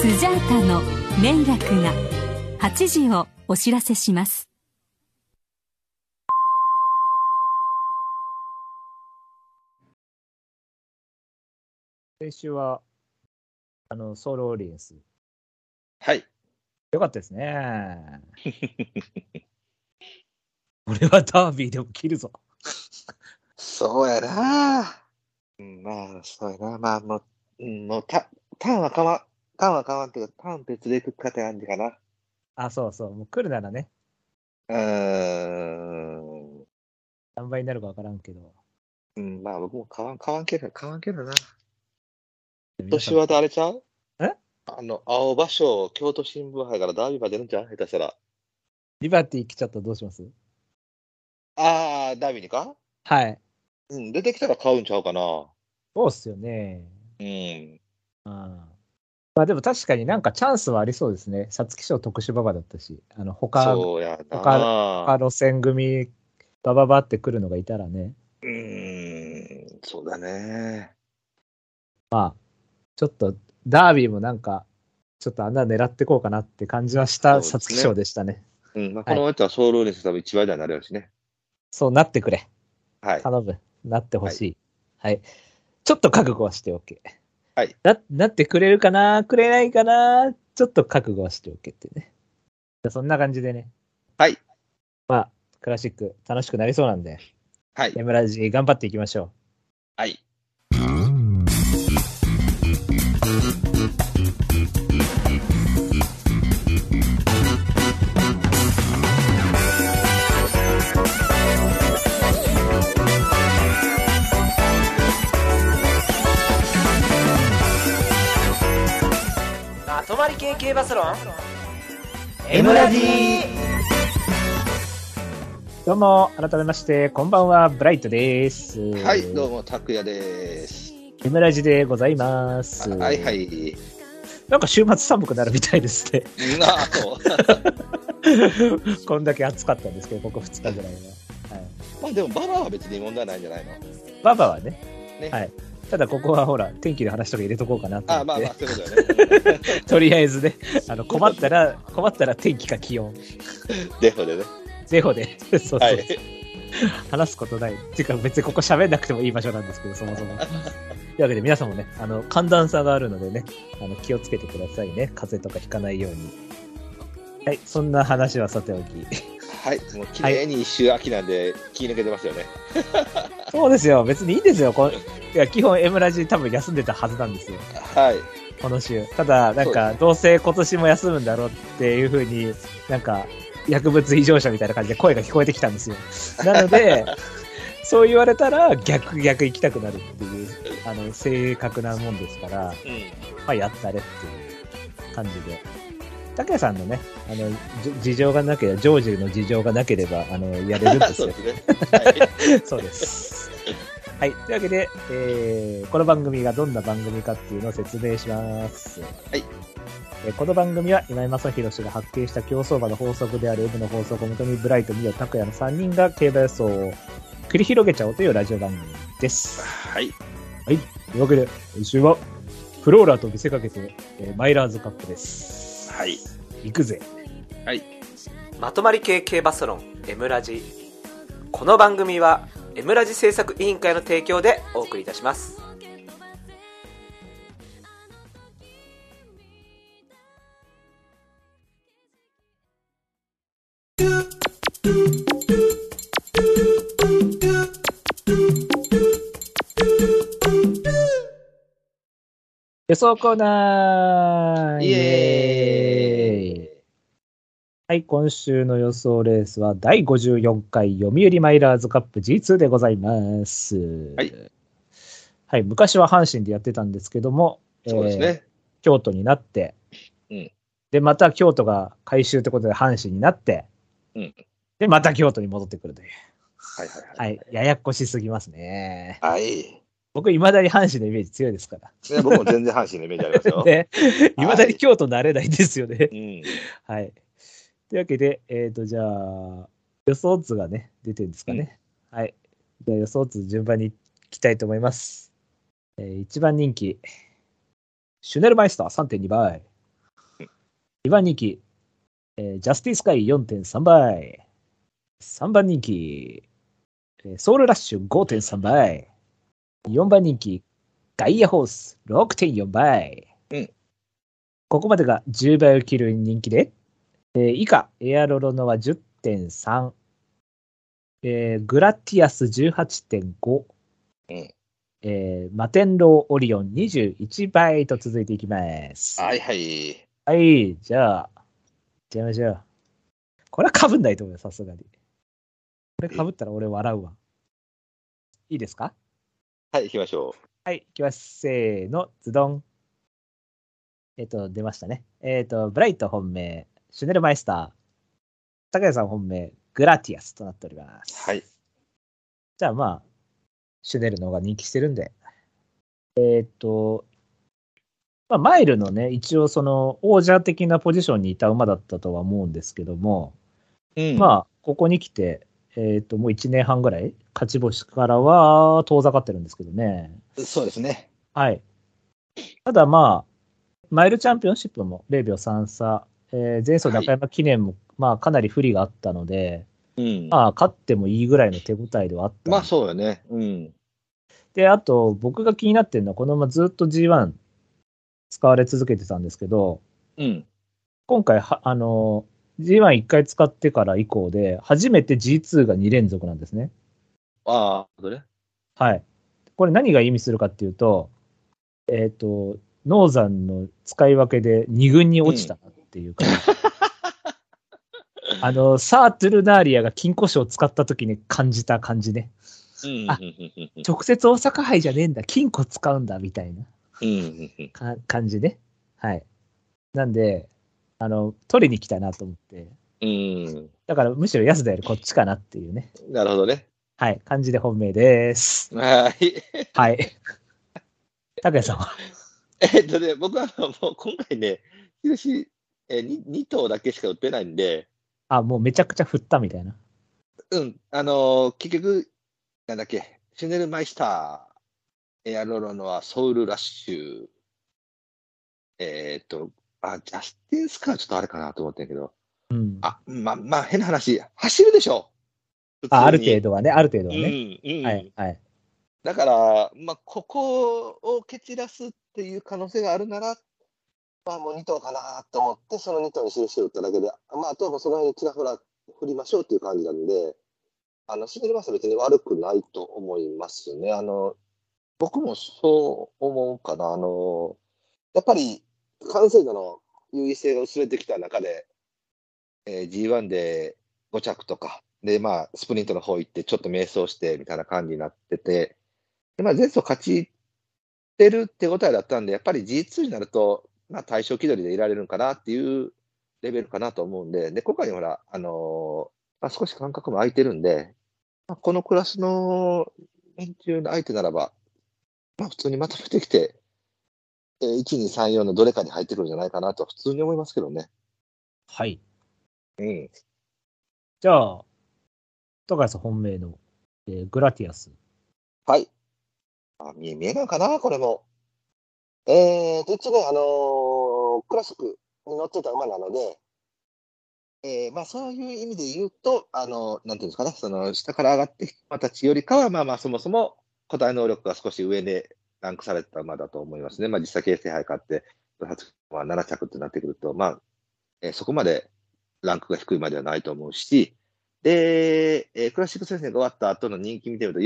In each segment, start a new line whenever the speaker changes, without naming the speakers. スジャータの連絡が8時をお知らせします
先週は、あの、ソウルオリエンス。
はい。
よかったですね。 俺はダービーでも切るぞ。
そうやな。うんまあ、そうやな。まあ、もう、うんもうタ、ターンはかま、ターンはかまんっていうか、ターン別で行くかって感じかな。
あ、そうそう。もう来るならね、
うーん。
何倍になるかわからんけど。
うん、まあ、僕も買わん、買わんけど、買わんけどな。今
皆さ
年
ん
はあれちゃう
え
あの、青葉賞、京都新聞杯からダービーまで出るんじゃん下手したら。
リバティ来ちゃったらどうします
あー、ダービーにか
はい。
うん、出てきたら買うんちゃうかな。
そうっすよね。
うん。
うん。まあでも確かになんかチャンスはありそうですね。皐月賞徳島馬だったし、あの他、
そうやな。
他路線組、バババって来るのがいたらね、
うーん、そうだね。
ちょっとダービーもなんか、ちょっと穴狙ってこうかなって感じはした皐
そうですね
月賞でしたね。
うん、ま
は
あ、こ
い
の人はソウルオリエンス多分一倍台になるよしね。
そうなってくれ。
はい。
頼む。なってほしい。はい、ちょっと覚悟はしておけ。
はい。
な、なってくれるかなくれないかなちょっと覚悟はしておけってね。じゃあそんな感じでね。
はい。
まあ、クラシック楽しくなりそうなんで、
はい。
エムラジ頑張っていきましょう。
はい。
まとまり系系バスロン
エムラジどうも、改めまして、こんばんは、ブライトです。
はい、どうも、拓也です。
エムラジでございます。
はいはい。
なんか週末寒くなるみたいですね。
なあ、そう。
こんだけ暑かったんですけど、ここ2日ぐらいは。はい、
まあでも、ババアは別に問題ないんじゃないの
ババはね、
ね
はい。ただここはほら、天気の話とか入れとこうかなと
あ
思
あ、
って、
まあまあ、そういうことだよね。
とりあえずね、あの困ったら、困ったら天気か気温、
デフォでね。
ゼロで、 そうそう、
はい。
話すことない。っていうか別にここ喋んなくてもいい場所なんですけど、そもそも。というわけで皆さんもね、あの、寒暖差があるのでね、あの、気をつけてくださいね。風邪とかひかないように。はい、そんな話はさておき。
はい、もう綺麗に一周秋なんで、気抜けてますよね。
そうですよ、別にいいですよ。こういや、基本 M ラジ多分休んでたはずなんですよ。
はい。
この週。ただ、なん
そう
か、どうせ今年も休むんだろうっていうふうに、なんか、薬物異常者みたいな感じで声が聞こえてきたんですよ。なの で、そう言われたら逆、逆行きたくなるっていう、あの、正確なもんですから、ま
うん。
あ、やったれっていう感じで。竹谷さんのね、あの、じ事情がなければ、ジョージの事情がなければ、あの、やれるんです
そう
よ
で。すね。はい。
そうです。はい。というわけで、えーこの番組がどんな番組かっていうのを説明します。
い
えーこの番組は今井正弘氏が発見した競走馬の法則である M の法則をもとに、ブライト、ミオ、拓也の3人が競馬予想を繰り広げちゃおうというラジオ番組です。
はい。
というわけで、今週は、フローラーと見せかけて、えーマイラーズカップです。
はい。
行くぜ。
はい。
まとまり系系バスロン M ラジこの番組は M ラジ制作委員会の提供でお送りいたします
予想コーナー
イエーイ
はい、今週の予想レースは第54回読売マイラーズカップ G2 でございます。
はい。
はい、昔は阪神でやってたんですけども、
そうです
えー
ね。
京都になって、
うん
で、また京都が改修ってことで阪神になって、
うん
で、また京都に戻ってくるという。
はいは
はいい、ややこしすぎますね。
はい。はい。
僕、いまだに阪神のイメージ強いですから。
ね僕も全然阪神のイメージあります よ。
で、いまだに京都慣れないんですよね。
うん。
はい。というわけで、えっ、と、じゃあ、予想図がね、出てるんですかね。はい。じゃあ、予想図順番にいきたいと思います。えー一番人気、シュネルマイスター3.2倍。2番人気、えージャスティスカイ4.3倍。3番人気、えーソウルラッシュ5.3倍。4番人気、ガイアホース6.4倍。
うん
ここまでが10倍を切る人気で、えー以下、エアロロノは10.3。えーグラティアス18.5。
うん
えーマテンローオリオン21倍と続いていきます。
はいはい。
はい、じゃあ、いっちゃいましょう。これは被んないと思うよ、さすがに。これ被ったら俺笑うわ。いいですか
はい、行きましょ
はい、いきます。せーの、ズドン。えっ、と、出ましたね。えっ、と、ブライト本命、シュネルマイスター、高谷さん本命、グラティアスとなっております。
う。はい。
じゃあまあ、シュネルの方が人気してるんで。えーっと、まあ、マイルのね、一応その王者的なポジションにいた馬だったとは思うんですけども、
うん
まあ、ここに来て、えーっと、もう1年半ぐらい、勝ち星からは遠ざかってるんですけどね。
そうですね。
はい。ただまあ、マイルチャンピオンシップも0秒3差、えー前走中山記念も、まあ、かなり不利があったので、
うん。
まあ、勝ってもいいぐらいの手応えではあったんで
まあ、そうよね。うん。
で、あと、僕が気になってるのは、このままずっと G1 使われ続けてたんですけど、
うん。
今回は、あの、G11 回使ってから以降で、初めて G2 が2連続なんですね。
ああ、どれ
はい。これ何が意味するかっていうと、えっ、と、ノーザンの使い分けで2軍に落ちたなっていうか、あの、サートゥルナーリアが金庫賞を使った時に感じた感じね。
うん。
あ
うんうん
直接大阪杯じゃねえんだ、金庫使うんだ、みたいな。
うんうん。
か感じね。はい。なんで、あの、取りに来たなと思って。
うん。
だからむしろ安田よりこっちかなっていうね。
なるほどね。
はい。感じで本命です。
はい。
はい。高谷さんは。
えっとね、僕はもう今回ね、ヒロシ、えー、に2頭だけしか売ってないんで、
あ、もうめちゃくちゃ振ったみたいな。
うん、あのー結局、なんだっけ、シュネルマイスター、エアロロノア、ソウルラッシュ、えーっと、あ、ジャスティンスカーちょっとあれかなと思ってんけど、
うん。あ
あ、ま、まあ、変な話、走るでしょ。
ある程
普
度はね、ある程度
通
はね。
にうん、うん。
はい。はい。
だから、まあ、ここを蹴散らすっていう可能性があるなら、まあ、もう2頭かなと思って、その2頭に印を打っただけで、まあ、あとはもうその辺にちらほら振りましょうっていう感じなんで、あの、シングルバスは別に悪くないと思いますね。あの、僕もそう思うかな。あの、やっぱり完成度の優位性が薄れてきた中で、えー G1 で5着とか、で、まあ、スプリントの方行って、ちょっと迷走して、みたいな感じになってて、で、まあ、前走勝ちってるってことだったんで、やっぱり G2 になると、まあ、対象気取りでいられるのかなっていうレベルかなと思うんで、で、今回ほら、あのーまあ、少し間隔も空いてるんで、まあ、このクラスの連中の相手ならば、まあ、普通にまとめてきて、えー1、2、3、4のどれかに入ってくるんじゃないかなと、普通に思いますけどね。
はい。
うん。
じゃあ、高谷さん本命の、えーグラティアス。
はい。あ、見え、見えないかな、これも。えーと、一応ね、あのークラシックに乗ってた馬なので、えーまあそういう意味で言うと、あのなんていうんですかね、その下から上がってきた馬たちよりかは、まあまあそもそも答え能力が少し上でランクされた馬だと思いますね。まあ実際形成杯勝って、まあ、7着ってなってくると、まあ、えーそこまでランクが低いまではないと思うし、で、えークラシック戦線が終わった後の人気見てみると、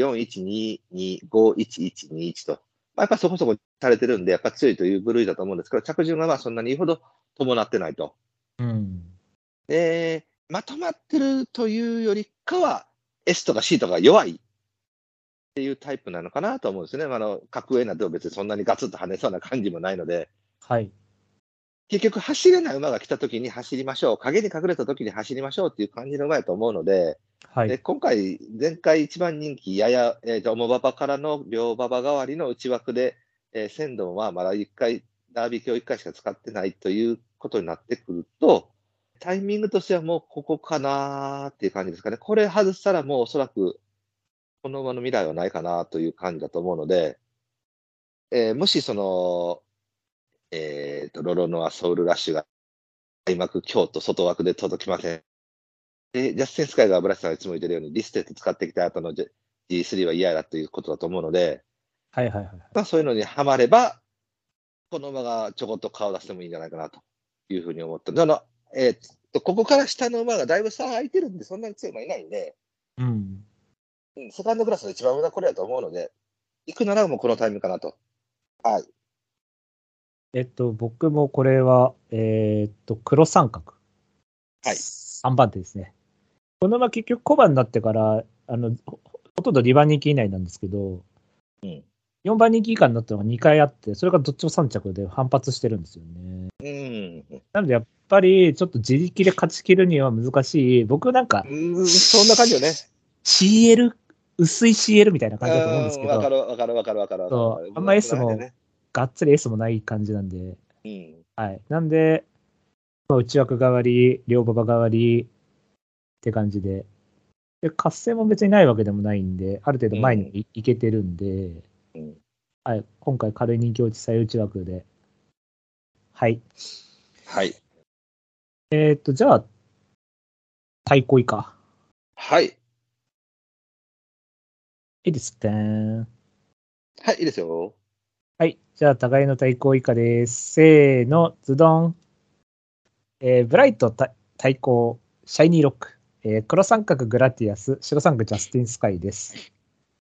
41225111と、まあ、やっぱそこそこされてるんで、やっぱ強いという部類だと思うんですけど、着順がまあそんなに言うほど伴ってないと。
うん。
で、まとまってるというよりかは、S とか C とか弱いっていうタイプなのかなと思うんですね。まああの、格上なんて別にそんなにガツッと跳ねそうな感じもないので、
はい。
結局走れない馬が来た時に走りましょう、影に隠れた時に走りましょうっていう感じの馬やと思うので、
は
で
い。
今回、前回一番人気、やや、えーと、重馬場からの両馬場代わりの内枠で、えー、仙道はまだ1回、ダービー卿1回しか使ってないということになってくると、タイミングとしてはもうここかなーっていう感じですかね。これ外したらもうおそらく、この馬の未来はないかなという感じだと思うので、えーもしその、えーと、ロロノアソウルラッシュが開幕、京都、外枠で届きません。で、ジャスティン・スカイがブラシさんがいつも言ってるように、リステット使ってきた後の G- G3 は嫌だということだと思うので、
はいはいはい。
まあ、そういうのにはまれば、この馬がちょこっと顔出してもいいんじゃないかなというふうに思った。あの、えーと、ここから下の馬がだいぶ差空いてるんで、そんなに強い馬いないんで、
うん。
うんセカンドクラスの一番上がこれやと思うので、行くならもうこのタイミングかなと。はい。
えっと、僕もこれは、えーっと、黒三角。
はい
3番手ですね。このまま結局小判になってから、あの、ほほとんど2番人気以内なんですけど、
うん
4番人気以下になったのが2回あって、それがどっちも3着で反発してるんですよね。
うん。
なのでやっぱり、ちょっと自力で勝ち切るには難しい。僕なんか、
うん、そんな感じよね。
CL、薄い CL みたいな
う
感じだと思うんですけ
ん、わか
ど、
るわかるわかるわかるわかる
そう
わかる。
あんま S も
わかるね
がっつり S もない感じなんで、
うん。
はい。なんで、まあ内枠代わり、両馬場代わりって感じで。で、活性も別にないわけでもないんで、ある程度前にい,、けてるんで、
うん
はい。今回軽い人気落ち最内枠で。はい。
はい。
えっ、と、じゃあ、対抗以下。
はい。
いいですね。
はい、いいですよ。
はい。じゃあ、互いの対抗以下です。せーの、ズドン。えーブライトた対抗、シャイニーロック。えー黒三角グラティアス、白三角ジャスティンスカイです。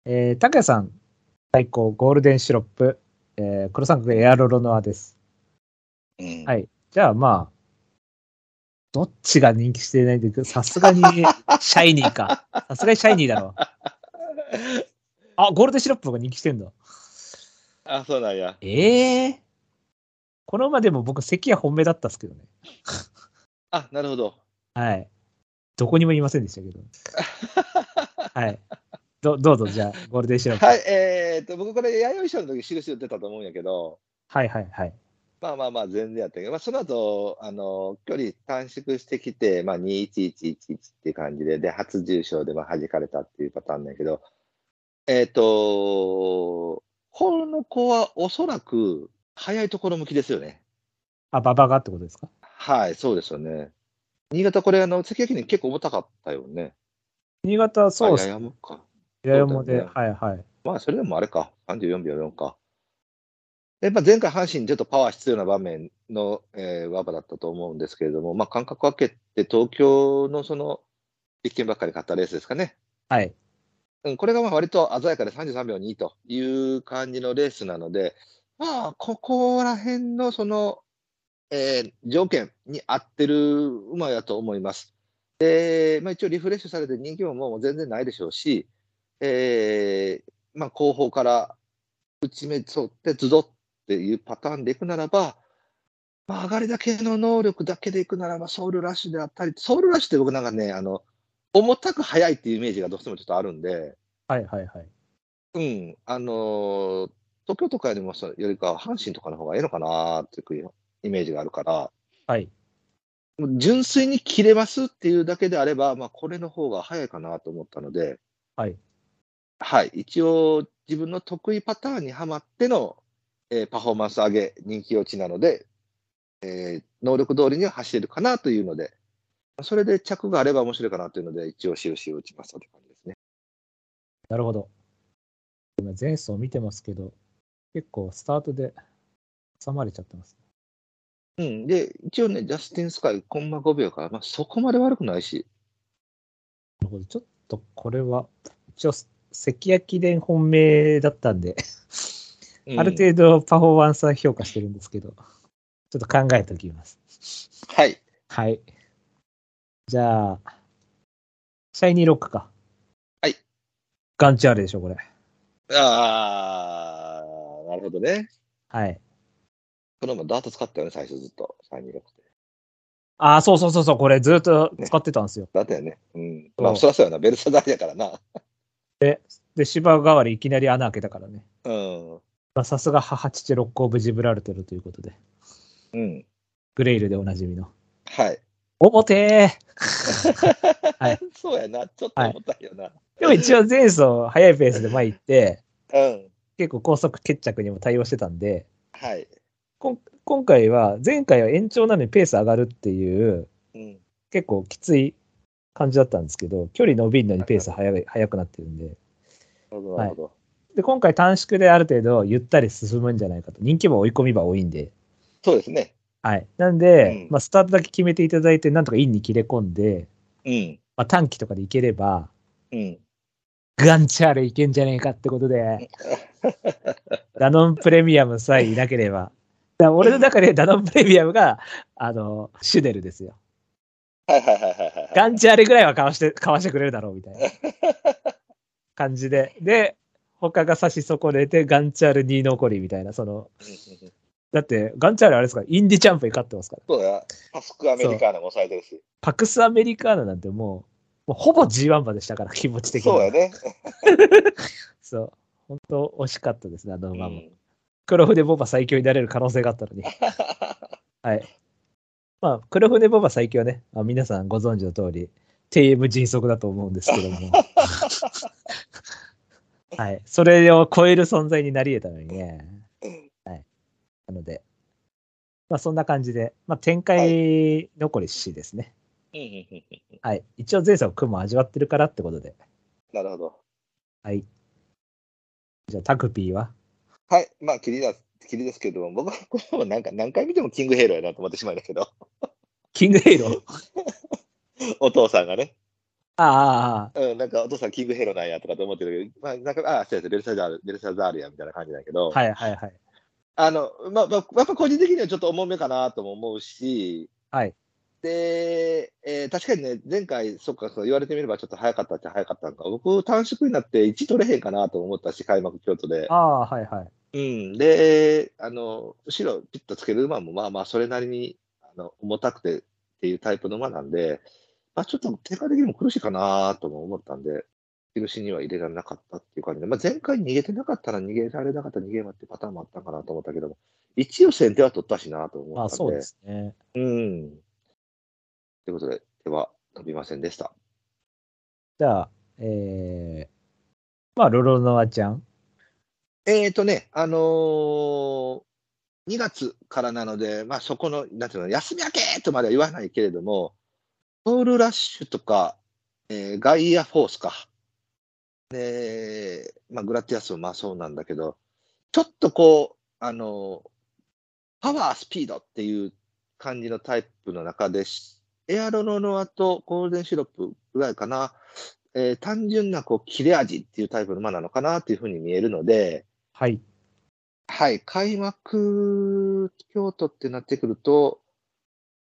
えー、拓也さん対抗、ゴールデンシロップ。えー黒三角エアロロノアです。
うん
はい。じゃあ、まあ、どっちが人気してないんで、さすがにシャイニーか。さすがにシャイニーだろ。あ、ゴールデンシロップが人気してんだ。
あ、そうなんや。
ええこの馬でも僕、関谷本命だったっすけどね。
あ、なるほど。
はい。どこにも言いませんでしたけ ど。はい。どどうぞ、じゃあ、ゴールデンシロップ。
はい、えー、っと、僕これ、弥生賞の時印打ってたと思うんやけど、
はいはいはい。
まあまあまあ、全然やったけど、まあ、その後、あの、距離短縮してきて、まあ、21111っていう感じで、で、初重賞で、まあ、弾かれたっていうパターンだけど、えっ、と、この子はおそらく、早いところ向きですよね。
あ、馬場がってことですか
はい、そうですよね。新潟、これ、あの、関脇に結構重たかったよね。
新潟、そう
あ
っす
や
ね。
やむか。
平山
そう
で、
だよね
はいはい。
まあ、それでもあれか、34秒4か。やっぱ前回、阪神、ちょっとパワー必要な場面の、えー、和場だったと思うんですけれども、まあ、間隔を空けて、東京のその、一見ばっかり勝ったレースですかね。
はい。
うん、これがまあ割と鮮やかで33秒2という感じのレースなので、まあ、ここら辺のその、えー条件に合ってる馬やと思います。で、まあ、一応リフレッシュされて人気ももう全然ないでしょうし、えーまあ、後方から打ち目沿ってズドっていうパターンでいくならば、まあ、上がりだけの能力だけでいくならば、ソウルラッシュであったり、ソウルラッシュって僕なんかね、あの、重たく速いっていうイメージがどうしてもちょっとあるんで、
はいはいはい。
うん、あのー東京とかよりもそよりかは阪神とかの方がいいのかなっていうイメージがあるから、
はい。
もう純粋に切れますっていうだけであれば、まあ、これの方が早いかなと思ったので、
はい。
はい、一応自分の得意パターンにはまっての、えーパフォーマンス上げ、人気落ちなので、えー能力通りには走れるかなというので、それで着があれば面白いかなというので、一応印を打ちましたという感じですね。
なるほど。今、前走見てますけど、結構スタートで挟まれちゃってます。
うん、で、一応ね、ジャスティン・スカイ、コンマ5秒から、まあ、そこまで悪くないし、
なるほど。ちょっと、これは、一応、関谷記念本命だったんで、
うん
ある程度パフォーマンスは評価してるんですけど、ちょっと考えておきます。
はい、
はい。じゃあ、シャイニーロックか。
はい。
ガンチャーレでしょ、これ。
あー、なるほどね。
はい。
このまダート使ったよね、最初ずっと、326で。
ああ、そうそうそうそう、これずっと使ってたんですよ。
だったよね。うん。
そう
まあ、そらそうやな、ベルサダーやからな。
で、芝代わりいきなり穴開けたからね。
うん。
まあさすが母父六甲ブジブラルテルということで、
うん。
グレイルでおなじみの。
はい。
表はい
そうやな、ちょっと重たいよな。
でも一応前走早いペースで前行って、
うん。
結構高速決着にも対応してたんで、
はい。
こん今回は、前回は延長なのにペース上がるっていう、
うん。
結構きつい感じだったんですけど、距離伸びるのにペース早い速くなってるんで、
なるほど、なるほど。
で今回短縮である程度ゆったり進むんじゃないかと、人気も追い込み場多いんで、
そうですね。
はい。なんで、
うん
まあ、スタートだけ決めていただいて、なんとかインに切れ込んで、
うん。
まあ、短期とかでいければ、
うん。
ガンチャールいけんじゃねえかってこと で、ダノンプレミアムさえいなければ。だから俺の中でダノンプレミアムが、あの、シュネルですよ。
はいはいはいはいはい。
ガンチャールぐらいはかわして、かわしてくれるだろうみたいな 感じで。で、他が差し損ねて、ガンチャール2残りみたいな、その、
うんうん
だって、ガンチャールあれですから、インディチャンプに勝ってますから。
そうだな。パスクアメリカーナも抑えてるし。
パクスアメリカーナなんてもう、もうほぼ G1 馬でしたから、気持ち的には。
そうやね。
そう。本当惜しかったですね、あの
う
馬も。
ん。
黒船ボバ最強になれる可能性があった のに。はい。まあ、黒船ボバ最強ね、あ皆さんご存知の通り、TM 迅速だと思うんですけど も。はい。それを超える存在になり得たのにね。はい。なので、まあそんな感じで、まあ展開残りしですね。
うんうんうんうん
はい。一応前作組も味わってるからってことで。
なるほど。
はい。じゃあタクピーは
はい。まあ、キリだ、キリですけども、僕はこれもなんか何回見てもキングヘイローやなと思ってしまうんだけど、
キングヘイロー
お父さんがね、
ああああ、
うん、なんかお父さんキングヘイローなんやとかと思ってるけど、まあ、なんか、ああ、そうや、ベルサザール、ベルサザールやみたいな感じだけど、
はいはいはい。
あの、まあ、まあやっぱ個人的にはちょっと重めかなとも思うし、
はい。
で、えー確かにね、前回、そっか、そう言われてみればちょっと早かったっちゃ早かったのか、僕、短縮になって1取れへんかなと思ったし、開幕京都で
あ。あ、はいはい。
うん。で、あの、後ろピッとつける馬も、まあまあ、それなりに、あの、重たくてっていうタイプの馬なんで、まあ、ちょっと展開的にも苦しいかなとも思ったんで、印には入れられなかったっていう感じで、まあ、前回逃げてなかったら逃げられなかった逃げ馬ってパターンもあったかなと思ったけども、一応先手は取ったしなと思
まあ
ったん
そう
で、
ですね。
うん。ということで、手は伸びませんでした。
じゃあ、えー、まあ、ロロノアちゃん。
えーとね、あのー、2月からなので、まあ、そこの、なんていうの、休み明けとまでは言わないけれども、ソウルラッシュとか、えーガイアフォースか、で、まあ、グラティアスもまあそうなんだけど、ちょっとこう、あのーパワー、スピードっていう感じのタイプの中で、しエアロノノアとゴールデンシロップぐらいかな、えー単純なこう切れ味っていうタイプの馬なのかなっていうふうに見えるので、
はい。
はい、開幕京都ってなってくると、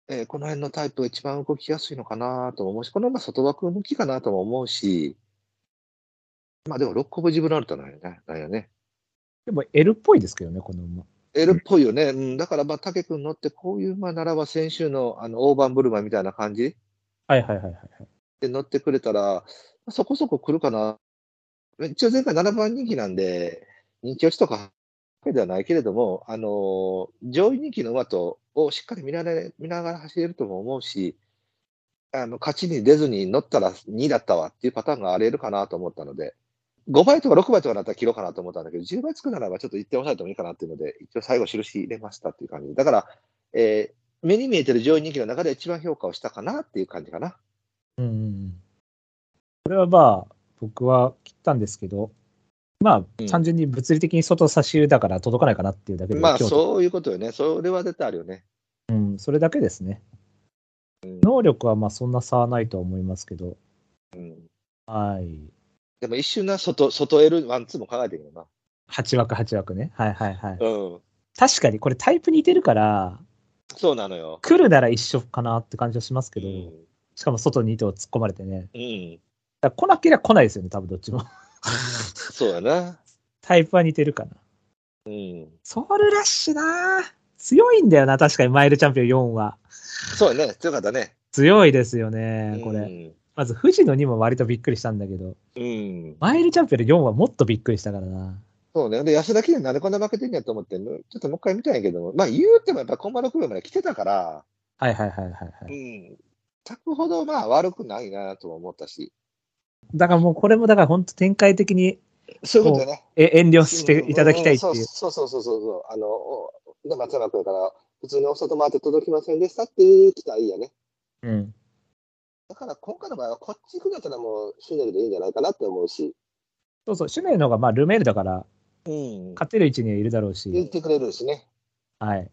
えーこの辺のタイプが一番動きやすいのかなとも思うし、このまま外枠向きかなとも思うし、まあでも6個分ジブラルタなんやね。なんやね。
でも、L っぽいですけどね、この馬。
L っぽいよね。うん、だからまあ、竹君乗って、こういう馬ならば先週のあの、大盤ブルマみたいな感じ
はいはいはいはい。
で乗ってくれたら、そこそこ来るかな。一応前回7番人気なんで、人気落ちとかわけではないけれども、あのー上位人気の馬とをしっかり見られ見ながら走れるとも思うし、あの勝ちに出ずに乗ったら2だったわっていうパターンがあり得るかなと思ったので、5倍とか6倍とかだったら切ろうかなと思ったんだけど、10倍つくならばちょっと1点抑えてもいいかなっていうので、一応最後印入れましたっていう感じ。だから、えー目に見えてる上位人気の中で一番評価をしたかなっていう感じかな。
うんうんうん。これはまあ、僕は切ったんですけど、まあ、単純に物理的に外差し入れだから届かないかなっていうだけで、
まあ
京都
そういうことよね、それは絶対あるよね。
うん、それだけですね。能力はまあ、そんな差はないとは思いますけど、
うん、
はい。
でも一瞬な、外、外 L ワンツーも考えてるよな。
8枠8枠ね。はいはいはい。
うん、
確かにこれタイプ似てるから、
そうなのよ。
来るなら一緒かなって感じはします
う
けど、
ん、
しかも外に糸を突っ込まれてね。
うん、
だから来なければ来ないですよね、多分どっちも。
そうやな。
タイプは似てるかな。
うん、
ソウルラッシュなぁ強いんだよな、確かにマイルチャンピオン4は。
そうやね、強かったね。
強いですよね、これ。
うん
まず富士の2も割とびっくりしたんだけど、
うん、
マイルチャンピオン4はもっとびっくりしたからな。
そうね。で、安田記念なんでこんな負けてんやと思って、ちょっともう一回見たんやけども、まあ言うてもやっぱコンバの区分まで来てたから、
はいはいはいはい、は
う
い。
ん、炊くほどまあ悪くないなとも思ったし、
だからもうこれもだから本当展開的に
そういうことだね。
え遠慮していただきたいって
んん
い
ん
う。
そうそうそうそうそう。あの、おで松山君から、普通にお外回って届きませんでしたっていう期待やね。
うん。
だから今回の場合は、こっち行くんだったらもう、シュネルでいいんじゃないかなって思うし、
そうそう、シュネルの方がまあルメールだから、
うん
勝てる位置にはいるだろう
言っ
し、
てくれるしね。
はい。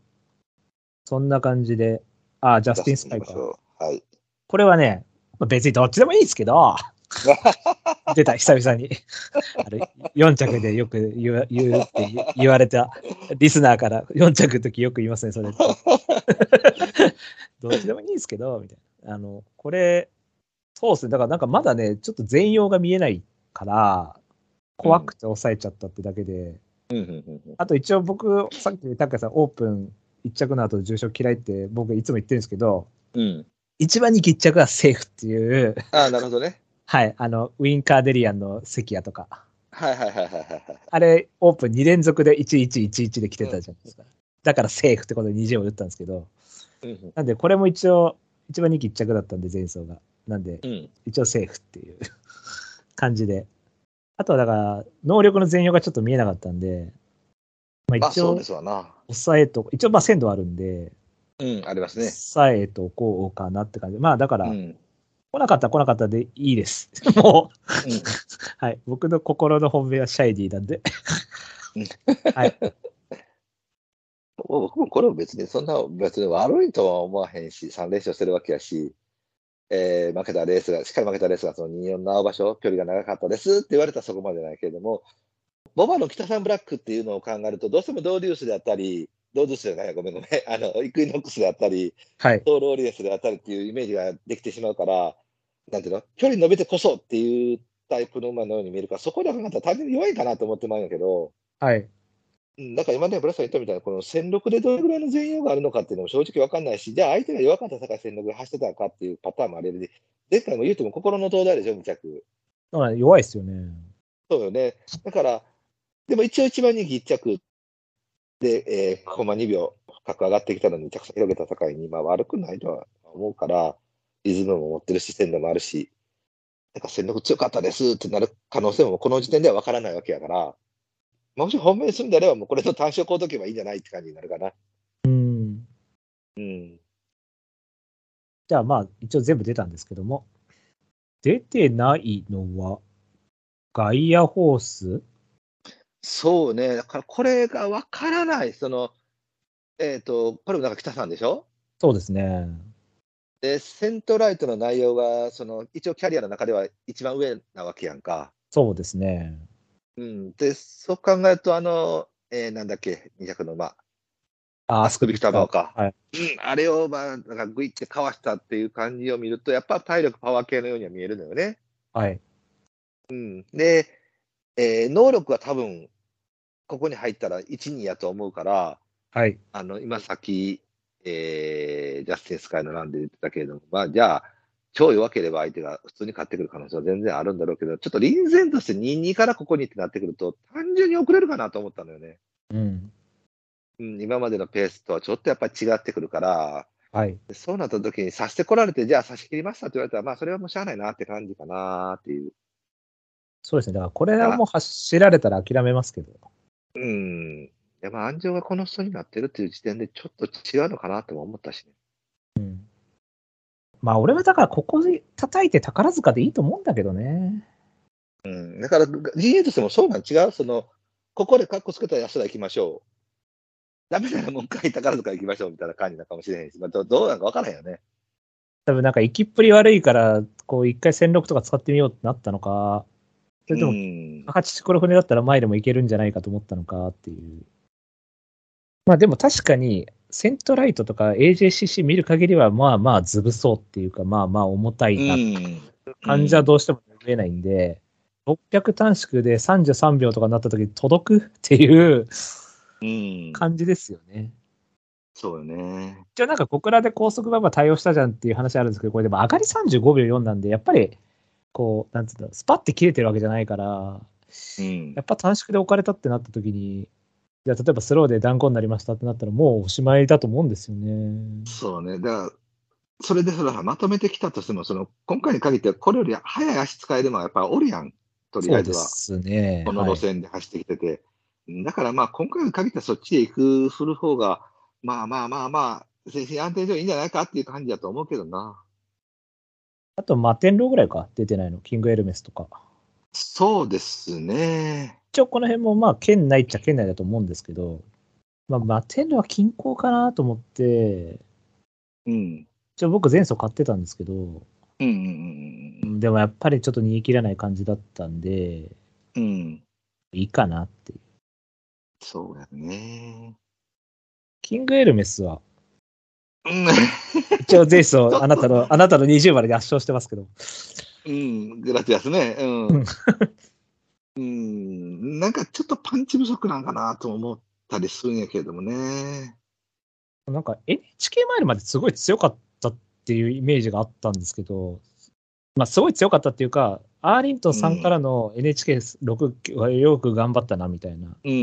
そんな感じで、あ、ジャスティン・スパイ
出
カ
し
ー
てみ。ましょうはい。
これはね、まあ別にどっちでもいいですけど、出た、久々に。あれ、4着でよく言う言うって言言われた、リスナーから4着の時よく言いますね、それって。どっちでもいいですけど、みたいな。あの、これ、そうですね。だからなんかまだね、ちょっと全容が見えないから、怖くて抑えちゃったってだけで、あと一応僕、さっき、タッカーさん、オープン1着の後、重賞嫌いって僕いつも言ってるんですけど、
うん。
1番に1着はセーフっていう、
ああ、なるほどね。
はい、あの、ウィンカーデリアンの関谷とか、
はいはいはいはいはいはい。
あれ、オープン2連続で1111で来てたじゃないですか。だからセーフってことで20を打ったんですけど、
うん
なんでこれも一応、1番人気1着だったんで、前走が。なんで、
うん。
一応セーフっていう 感じで。あとはだから、能力の全容がちょっと見えなかったんで、まあ
あ、
一
そう
応
で、すわな。
抑えと、一応まあ鮮度はあるんで、
うん、ありますね。
抑えとこうかなって感じ。まあだから、
うん。
来なかったら来なかったでいいです。 もう、
う
はい。僕の心の本命はシャイディなんで
うん。
はい。
ん、僕もこれも別にそんな別に悪いとは思わへんし、3連勝してるわけやし、えー負けたレースが、しっかり負けたレースがその24の青場所、距離が長かったですって言われたらそこまでないけれども、ボバの北さんブラックっていうのを考えると、どうしてもドーデュースであったり、ドーデュースじゃないや、ごめんご めん、あの、イクイノックスであったり、
はい。
ソールオリエンスであたりっていうイメージができてしまうから、なんていうの、距離伸びてこそっていうタイプの馬のように見えるから、そこで考えたら単純に弱いかなと思ってまうんやけど、
はい。
うん、なんか今ね、ブラスさん言ったみたいな、この戦力でどれぐらいの全容があるのかっていうのも正直わかんないし、じゃあ相手が弱かったから戦力で走ってたのかっていうパターンもあれで、前回も言うても心の灯台でしょ、無着。
だから弱いですよね。
そうよね。だから、でも一応一番人気1着で、えーコンマ2秒深く上がってきたのに、2着差広げた高いに、まあ悪くないとは思うから、リズムも持ってるし、鮮度もあるし、なんか戦力強かったですってなる可能性もこの時点では分からないわけやから、もし本命にするんであれば、もうこれの単勝買うとけばいいんじゃないって感じになるかな。
うん。
うん。
じゃあまあ、一応全部出たんですけども。出てないのは、ガイアホース
そうね、だからこれが分からない、その、えっ、と、これもなんか北さんでしょ
そうですね。
で、セントライトの内容が、その、一応キャリアの中では一番上なわけやんか。
そうですね。
うん。で、そう考えると、あの、えーなんだっけ、200の馬、
あ
アスクビクターバオか。
はい。
うん、あれを、まあ、なんかグイってかわしたっていう感じを見ると、やっぱ体力パワー系のようには見えるのよね。
はい。
で、えー能力は多分、ここに入ったら1、2やと思うから、
はい。
あの、今さっき、えージャスティンスカイの欄で言ってたけれども、まあ、じゃあ、超弱ければ相手が普通に勝ってくる可能性は全然あるんだろうけど、ちょっと臨然として2-2からここにってなってくると、単純に遅れるかなと思ったのよね。
うん。
うん、今までのペースとはちょっとやっぱり違ってくるから、
はい。
でそうなった時に差してこられて、じゃあ差し切りましたって言われたら、まあそれはもうしゃあないなって感じかなっていう。
そうですね。だからこれはもう走られたら諦めますけど。
うん。いやまあ安城がこの人になってるっていう時点でちょっと違うのかなとも思ったしね。
まあ俺はだからここで叩いて宝塚でいいと思うんだけどね。
うんだから、GA としてもそうなん違うその、ここでカッコつけたら安田行きましょう。ダメならもう一回宝塚行きましょうみたいな感じなのかもしれへんし、まあ、どどうなんか分からへんよね。
多分なんか行きっぷり悪いから、こう一回戦力とか使ってみようってなったのか、それと
う
も、
ん
赤父黒船だったら前でも行けるんじゃないかと思ったのかっていう。まあでも確かに、セントライトとか AJCC 見る限りは、まあまあずぶそうっていうか、まあまあ重たいなって感じはどうしても見えないんで、600短縮で33秒とかになった時に届くっていう
うん
感じですよね。
そうよね。
一応なんか小倉で高速馬場対応したじゃんっていう話あるんですけど、これでも上がり35秒4なんで、やっぱり、こう、なんつうんだろう、スパって切れてるわけじゃないから、
うん
やっぱ短縮で置かれたってなった時に、じゃあ例えばスローで断固になりましたってなったらもうおしまいだと思うんですよね。
そうね。だから、それでそれまとめてきたとしても、その今回に限ってはこれより早い足使えるのはやっぱおるやん。とり
そ
あえ
う
ず
で
は。
すね。
この
はい
路線で走ってきてて、だからまあ今回に限ってはそっちへ行く、振る方が、まあまあまあまあ、精神安定上いいんじゃないかっていう感じだと思うけどな。
あと、マテンローぐらいか、出てないの。キングエルメスとか。
そうですね。
一応、この辺も、まあ、県内っちゃ県内だと思うんですけど、まあ、マテンローは近郊かなと思って、
うん。
一応僕前走買ってたんですけど、
うん
うんでもやっぱりちょっと逃げ切らない感じだったんで、
うんうんうん。うん。
いいかなっていう。
そうやね。
キングエルメスは、
うん
一応前走
ょっ、と
あなたの、あなたの20割で圧勝してますけど、
うん、グラティアスね。
うん
うん。うん。なんかちょっとパンチ不足なんかなとも思ったりするんやけれどもね。
なんか NHK マイルまですごい強かったっていうイメージがあったんですけど、まあすごい強かったっていうか、アーリントンさんからの NHK6 はよく頑張ったなみたいな。
うん、うん、う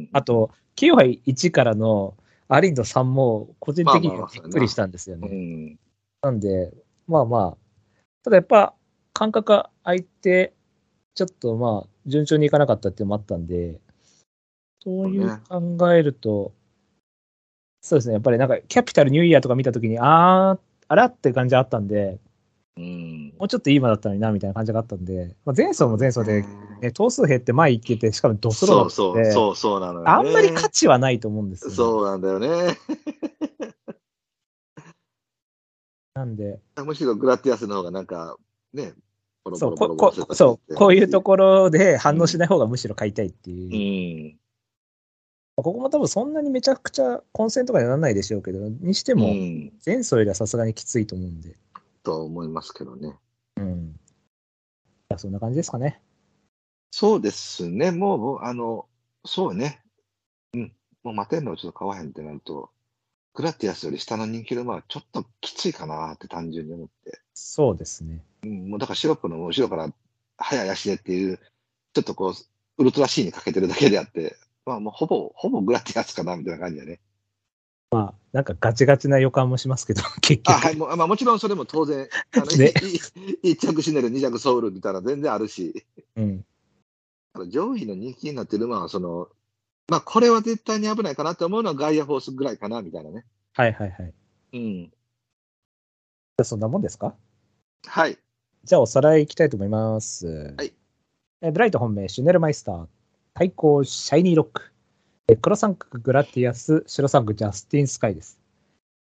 ん、
あと、9杯1からのアーリントン3も個人的にはびっくりしたんですよ
うん。う
ね。
ん。
なんで、まあまあ、ただやっぱ間隔が空いて、ちょっとまあ順調にいかなかったっていうのもあったんで、そういう考えると、そうですね、やっぱりなんかキャピタルニューイヤーとか見たときに、あー、あらって感じがあったんで、
うん。
もうちょっといい馬だったのになみたいな感じがあったんで、まあ、前走も前走で、ね、頭数減って前行ってて、しかもドスロだ
そう
ったん
そ
で
う、そうそうなのよ、ね。
あんまり価値はないと思うんですよね、
そうなんだよね。
なんで、
むしろグラティアスの方がなんか、ね、ボロ
そ
ボ
う
ロ
こ
ボロボロ
こそうこういうところで反応しない方がむしろ買いたいっていう
う。ん。
ここも多分そんなにめちゃくちゃ混戦とかにはならないでしょうけど、にして
で
も
う、ん、
前走よりはさすがにきついと思うんで、
と思いますけどね。
うん。いやそんな感じですかね。
そうですね、もうもう、あの、そうね。うん。もう待てんのをちょっと買わへんってなると、グラティアスより下の人気の馬はちょっときついかなって単純に思って。
そうですね。
うん、もうだからシロップの後ろから早い足でっていう、ちょっとこう、ウルトラ C にかけてるだけであって、まあもうほぼ、ほぼグラティアスかなみたいな感じだね。
なんかガチガチな予感もしますけど、 結
あ
局。
はいもうあまあ、もちろんそれも当然、あの
ね
いい一着シネル、二着ソウルみたいなの全然あるし、
うん。
あの上位の人気になってる馬はその、まあ、これは絶対に危ないかなと思うのはガイアフォースぐらいかなみたいなね。
はいはいはい。じ
うん、
ゃあそんなもんですか
はい、
じゃあおさらいいきたいと思います。
はい
えー。ブライト本命、シュネルマイスター、対抗、シャイニーロック、えー黒三角、グラティアス、白三角、ジャスティン・スカイです。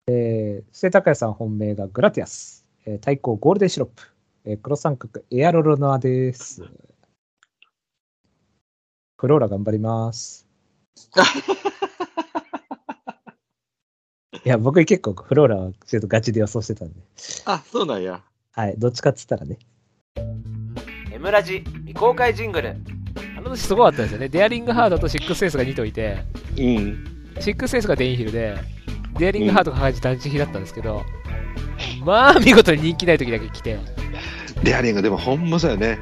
えー、瀬高也さん本命がグラティアス、えー対抗、ゴールデンシロップ、えー黒三角、エアロロノアです。フローラ頑張り ます。いや、僕結構フローラはちょっとガチで予想してたんで、
あそうなんや。
はい、どっちかっつったらね、
エムラジ未公開ジングル
あの年すごかったですよね。デアリングハードとシックスエースが2頭いて、
うん、
シックスエースがデインヒルで、デアリングハードがハージ団地比だったんですけど、まあ見事に人気ない時だけ来て、
レアリング、でもほんまそうよね。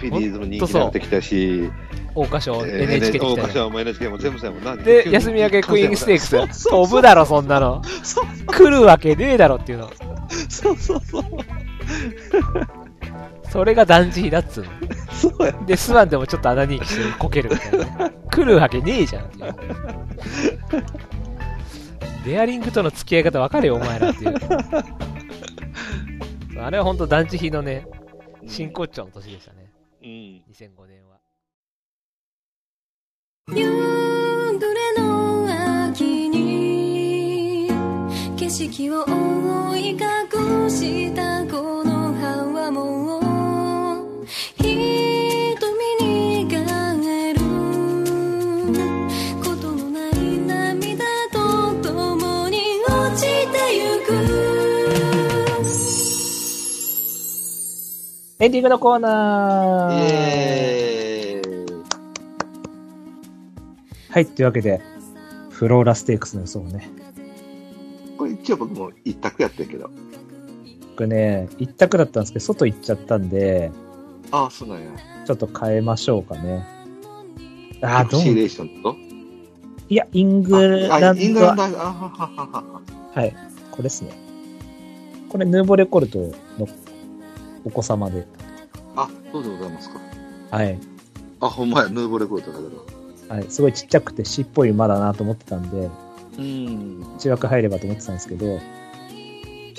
フィリーズも人気になってきたし、
桜花賞、
えー
NHK
大
来
岡
て。
賞も NHK も全部そうやもんな。
で、休み 明けクイーンステーク
そう
ス。飛ぶだろ、そんなの。
そう
来るわけねえだろっていうの。
そうそうそう、
それが団地比だっつうの。
そうや。
で、スワンでもちょっと穴にしてこけるみたいな。来るわけねえじゃんっていう。デアリングとの付き合い方わかるよ、お前らっ ていう。あれは本当団地比のね、真骨頂の年でしたね、
うん。
2005年は。
夕暮れの秋に景色を覆い隠したこの葉はもう瞳に変えることのない涙と共に落ちてゆく
エンディングのコーナ
イ
ー
エーイ。
はい、というわけで、フローラステークスの予想をね。
これ一応僕も一択やってんけど。
僕ね、一択だったんですけど、外行っちゃったんで、
ああ、そうなんや。
ちょっと変えましょうかね。あー、どう
シー
も。
レーションと
いや、イングラ
あイ
ン
ン
ド
グラ
は
ン、ド、あはははは。
はい、これですね。これ、ヌーボレコルトのお子様で。
あ、どうでございますか。
はい。
あ、ほんまや、ヌーボーレコードだけど。
はい。すごいちっちゃくて詩っぽい馬だなと思ってたんで、
うん。
中学入ればと思ってたんですけど、ちょ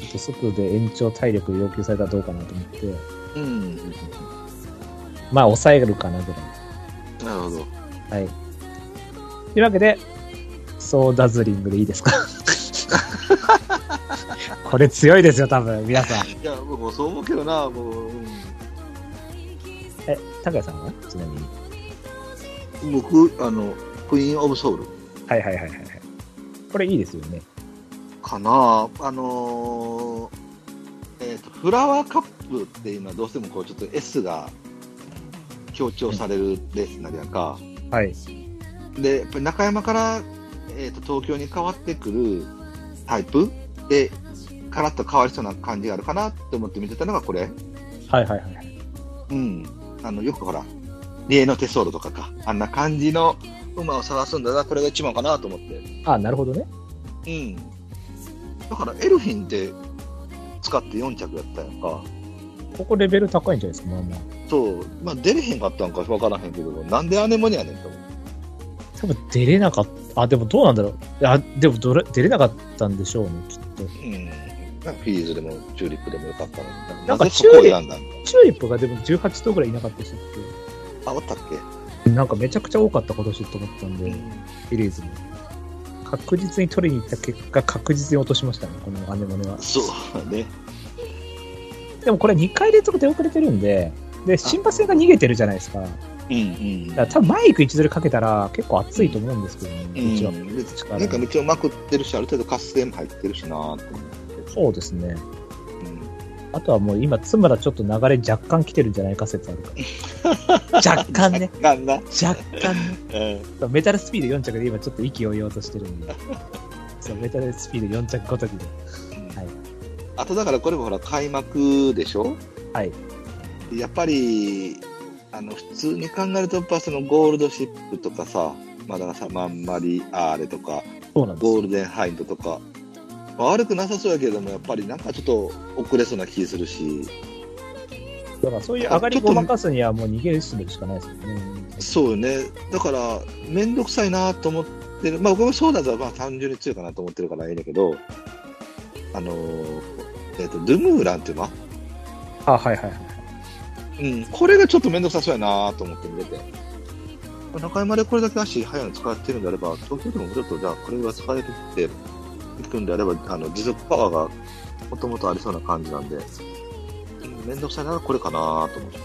っと速で延長体力要求されたらどうかなと思って、
うん。
まあ抑えるかなぐらい。
なるほど。
はい。というわけで、ソーダズリングでいいですか これ強いですよ、多分、皆さん。
いや、僕もそう思うけどな、もう。うん
え、高谷さんはちなみに。
僕、あの、クイーン・オブ・ソウル
はいはいはいはいはい。これいいですよね。
かな。あのー、えっ、と、フラワーカップって今どうしてもこう、ちょっと S が強調されるレースになるやんか。
はい。
で、やっぱり中山から、えー、と東京に変わってくるタイプで、カラッと変わりそうな感じがあるかなって思って見てたのがこれ。
はいはいはいはい。
うん。あの、よくほら、リエノテソールとかか。あんな感じの馬を探すんだな、これが一番かなと思って。
あ、なるほどね。
うん。だから、エルフィンって使って4着やったやんか。
ここレベル高いんじゃないですか、まあまあ。
そう。まあ、出れへんかったんか分からへんけど、なんでアネモニやねんと思う。
多分出れなかった。あ、でもどうなんだろう。いや、でもどれ出れなかったんでしょうね、きっと。
うん。なんかフィリーズでもチューリップでもよかったの
な
に。なん
か
ぜそこを選んだん
チューリップがでも18頭ぐらいいなかったでしたっ
あ、おったっけ
けなんかめちゃくちゃ多かった今年と思ったんで、フィリーズも。確実に取りに行った結果、確実に落としましたね、このアネモネは。
そうね。
でもこれ2回連続出遅れてるんで、で、新馬戦が逃げてるじゃないですか。
うんうん。
だから多分マイク1ずれかけたら結構熱いと思うんですけどね、
うん
うちは。
でなんか道をまくってるし、ある程度活性も入ってるしなぁと思
そうですね。
って。うん
あとはもう今、津村ちょっと流れ若干来てるんじゃないか説ある から。若干ね。
あかんな。
若干ね。メタルスピード4着で今ちょっと息を言おうとしてるんで。そう、メタルスピード4着ごときで。はい
あとだからこれもほら開幕でしょ
はい。
やっぱりあの普通に考えるとやっぱそのゴールドシップとかさまださまんまりアーレとか
そうなんですよ
ゴールデンハインドとか、まあ悪くなさそうやけれどもやっぱりなんかちょっと遅れそうな気するし
だからそういう上がりごまかすにはもう逃げるしでるしかないですよね。
そうよねだから面倒くさいなと思ってるまあ僕もそうだとはまあ単純に強いかなと思ってるからいいんだけどあのーえっ、とドゥムーランっていうのは
あ、はいはいはい。
うん、これがちょっと面倒くさそうやなと思って見てて。中山でこれだけ足速いの使ってるんであれば、東京でももうちょっとじゃあこれが使えるっていくんであれば、あの持続パワーがもともとありそうな感じなんで、うん面倒くさいならこれかなと思って。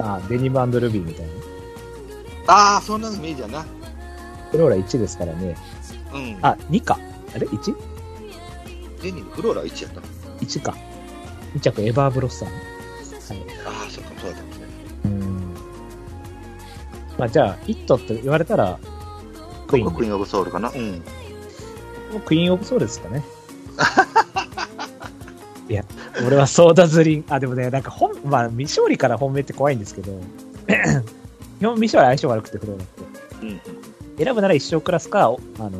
あ、デニムルビーみたいな。
ああ、そんなのもいいじゃんな。
フローラ1ですからね。
うん。
あ、2か。あれ ?1?1
デニム、フローラ1やった。
か。2着エバーブロッサム。はい。
ああ、そっか、そうだったんですね。
うん。まあじゃあ、1トって言われたら、クイーン
クイーンオブソウルかな。うん。
もうクイーンオブソウルですかね。 いや、俺はソーダズリン、あ、でもね、なんか本、まあ、未勝利から本命って怖いんですけ ど、基本未勝利相性悪くてフローラっ
うん。
て。選ぶなら一勝クラスか、おあの、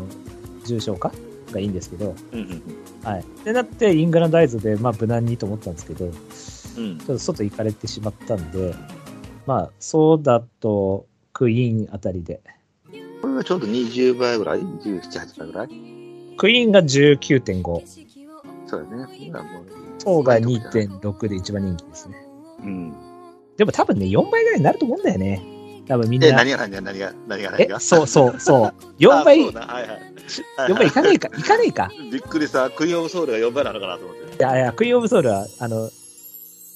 重賞かがいいんですけど、
うん。
はい。ってなって、イングランドアイズで、まあ、無難にと思ったんですけど、ち
うん。
ょっと外行かれてしまったんで、まあ、ソーダとクイーンあたりで、
これがちょうど20倍ぐらい ?17、8倍ぐらい
クイーンが19.5、
そうだね。今もう
ソーが2.6で一番人気ですね。
うん。
でも多分ね、4倍ぐらいになると思うんだよね。多分みんな。
え、何が何が何が何が何
え
が
そうそうそう。4倍、
あそう
4
だはいはい。
倍いかねえか、いかねえか。
びっくりさ、クイーンオブソウルが4倍なのかなと思って。
いやいや、クイーンオブソウルは、あの、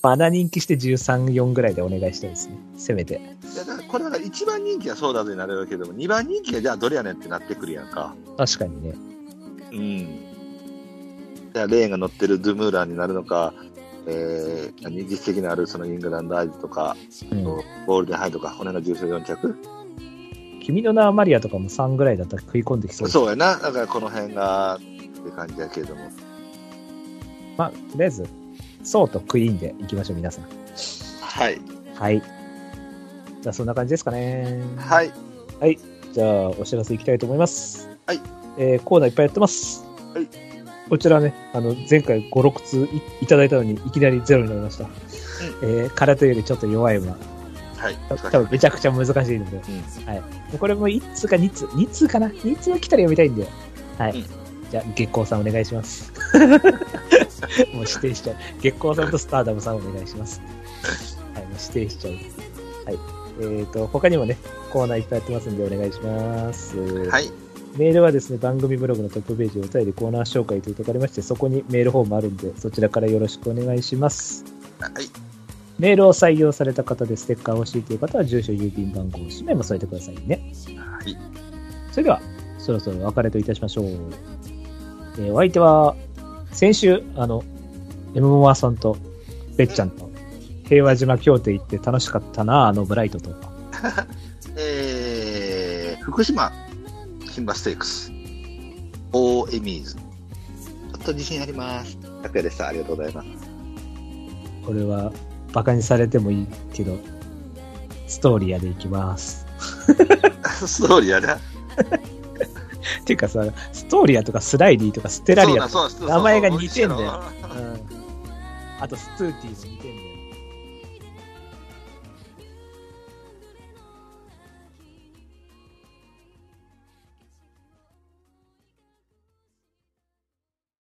バナ人気して13、4ぐらいでお願いしたいですね。せめて。
いやだからこれだから一番人気はソーダズになれるけども、2番人気がじゃあどれやねんってなってくるやんか。
確かにね。
うん。じゃあレーンが乗ってるドゥムーランになるのか、えー、何実績のあるそのイングランドアイズとか、
うん。
ゴールデンハイとか、骨の重症4着。
君の名はマリアとかも3ぐらいだったら食い込んできそうです。
そうやな。だからこの辺が、って感じやけれども。
まあ、とりあえず、ソウとクイーンでいきましょう、皆さん。
はい。
はい。じゃあ、そんな感じですかね。
はい。
じゃあ、お知らせいきたいと思います。
はい。
えーコーナーいっぱいやってます。
はい。
こちらね、あの、前回5、6通いいただいたのに、いきなりゼロになりました。えー空手よりちょっと弱い馬。
はい。
多分めちゃくちゃ難しいので、
う
これも1通か2通、2通かな ?2 通が来たら読みたいんで。はい。
うん
じゃあ、月光さんお願いし ます。もう指定しちゃう。月光さんとスターダムさんお願いします。はい、もう指定しちゃう。はい。えっ、と、他にもね、コーナーいっぱいやってますんでお願いします。
んはい。
メールはですね、番組ブログのトップページをお便りコーナー紹介というところありまして、そこにメールフォームあるんで、そちらからよろしくお願いします。
はい。
メールを採用された方でステッカーを欲しいという方は、住所、郵便番号、氏名も添えてくださいね。
はい。
それでは、そろそろお別れといたしましょう。えーお相手は、先週、あの、エムモアさんと、べっちゃんと、平和島協定行って楽しかったな、あのブライトと。
えー、福島、牝馬ステークス、オーエミーズ。ちょっと自信あります。拓也でした。ありがとうございます。
これは、バカにされてもいいけど、ストーリーやでいきます。
ストーリーやな。
っていうかさ、ストーリアとかスライディとかステラリアとか、
そうだそうだそうだ
名前が似てんだよ
そうだ
うんあとストゥーティーも似てんだよ。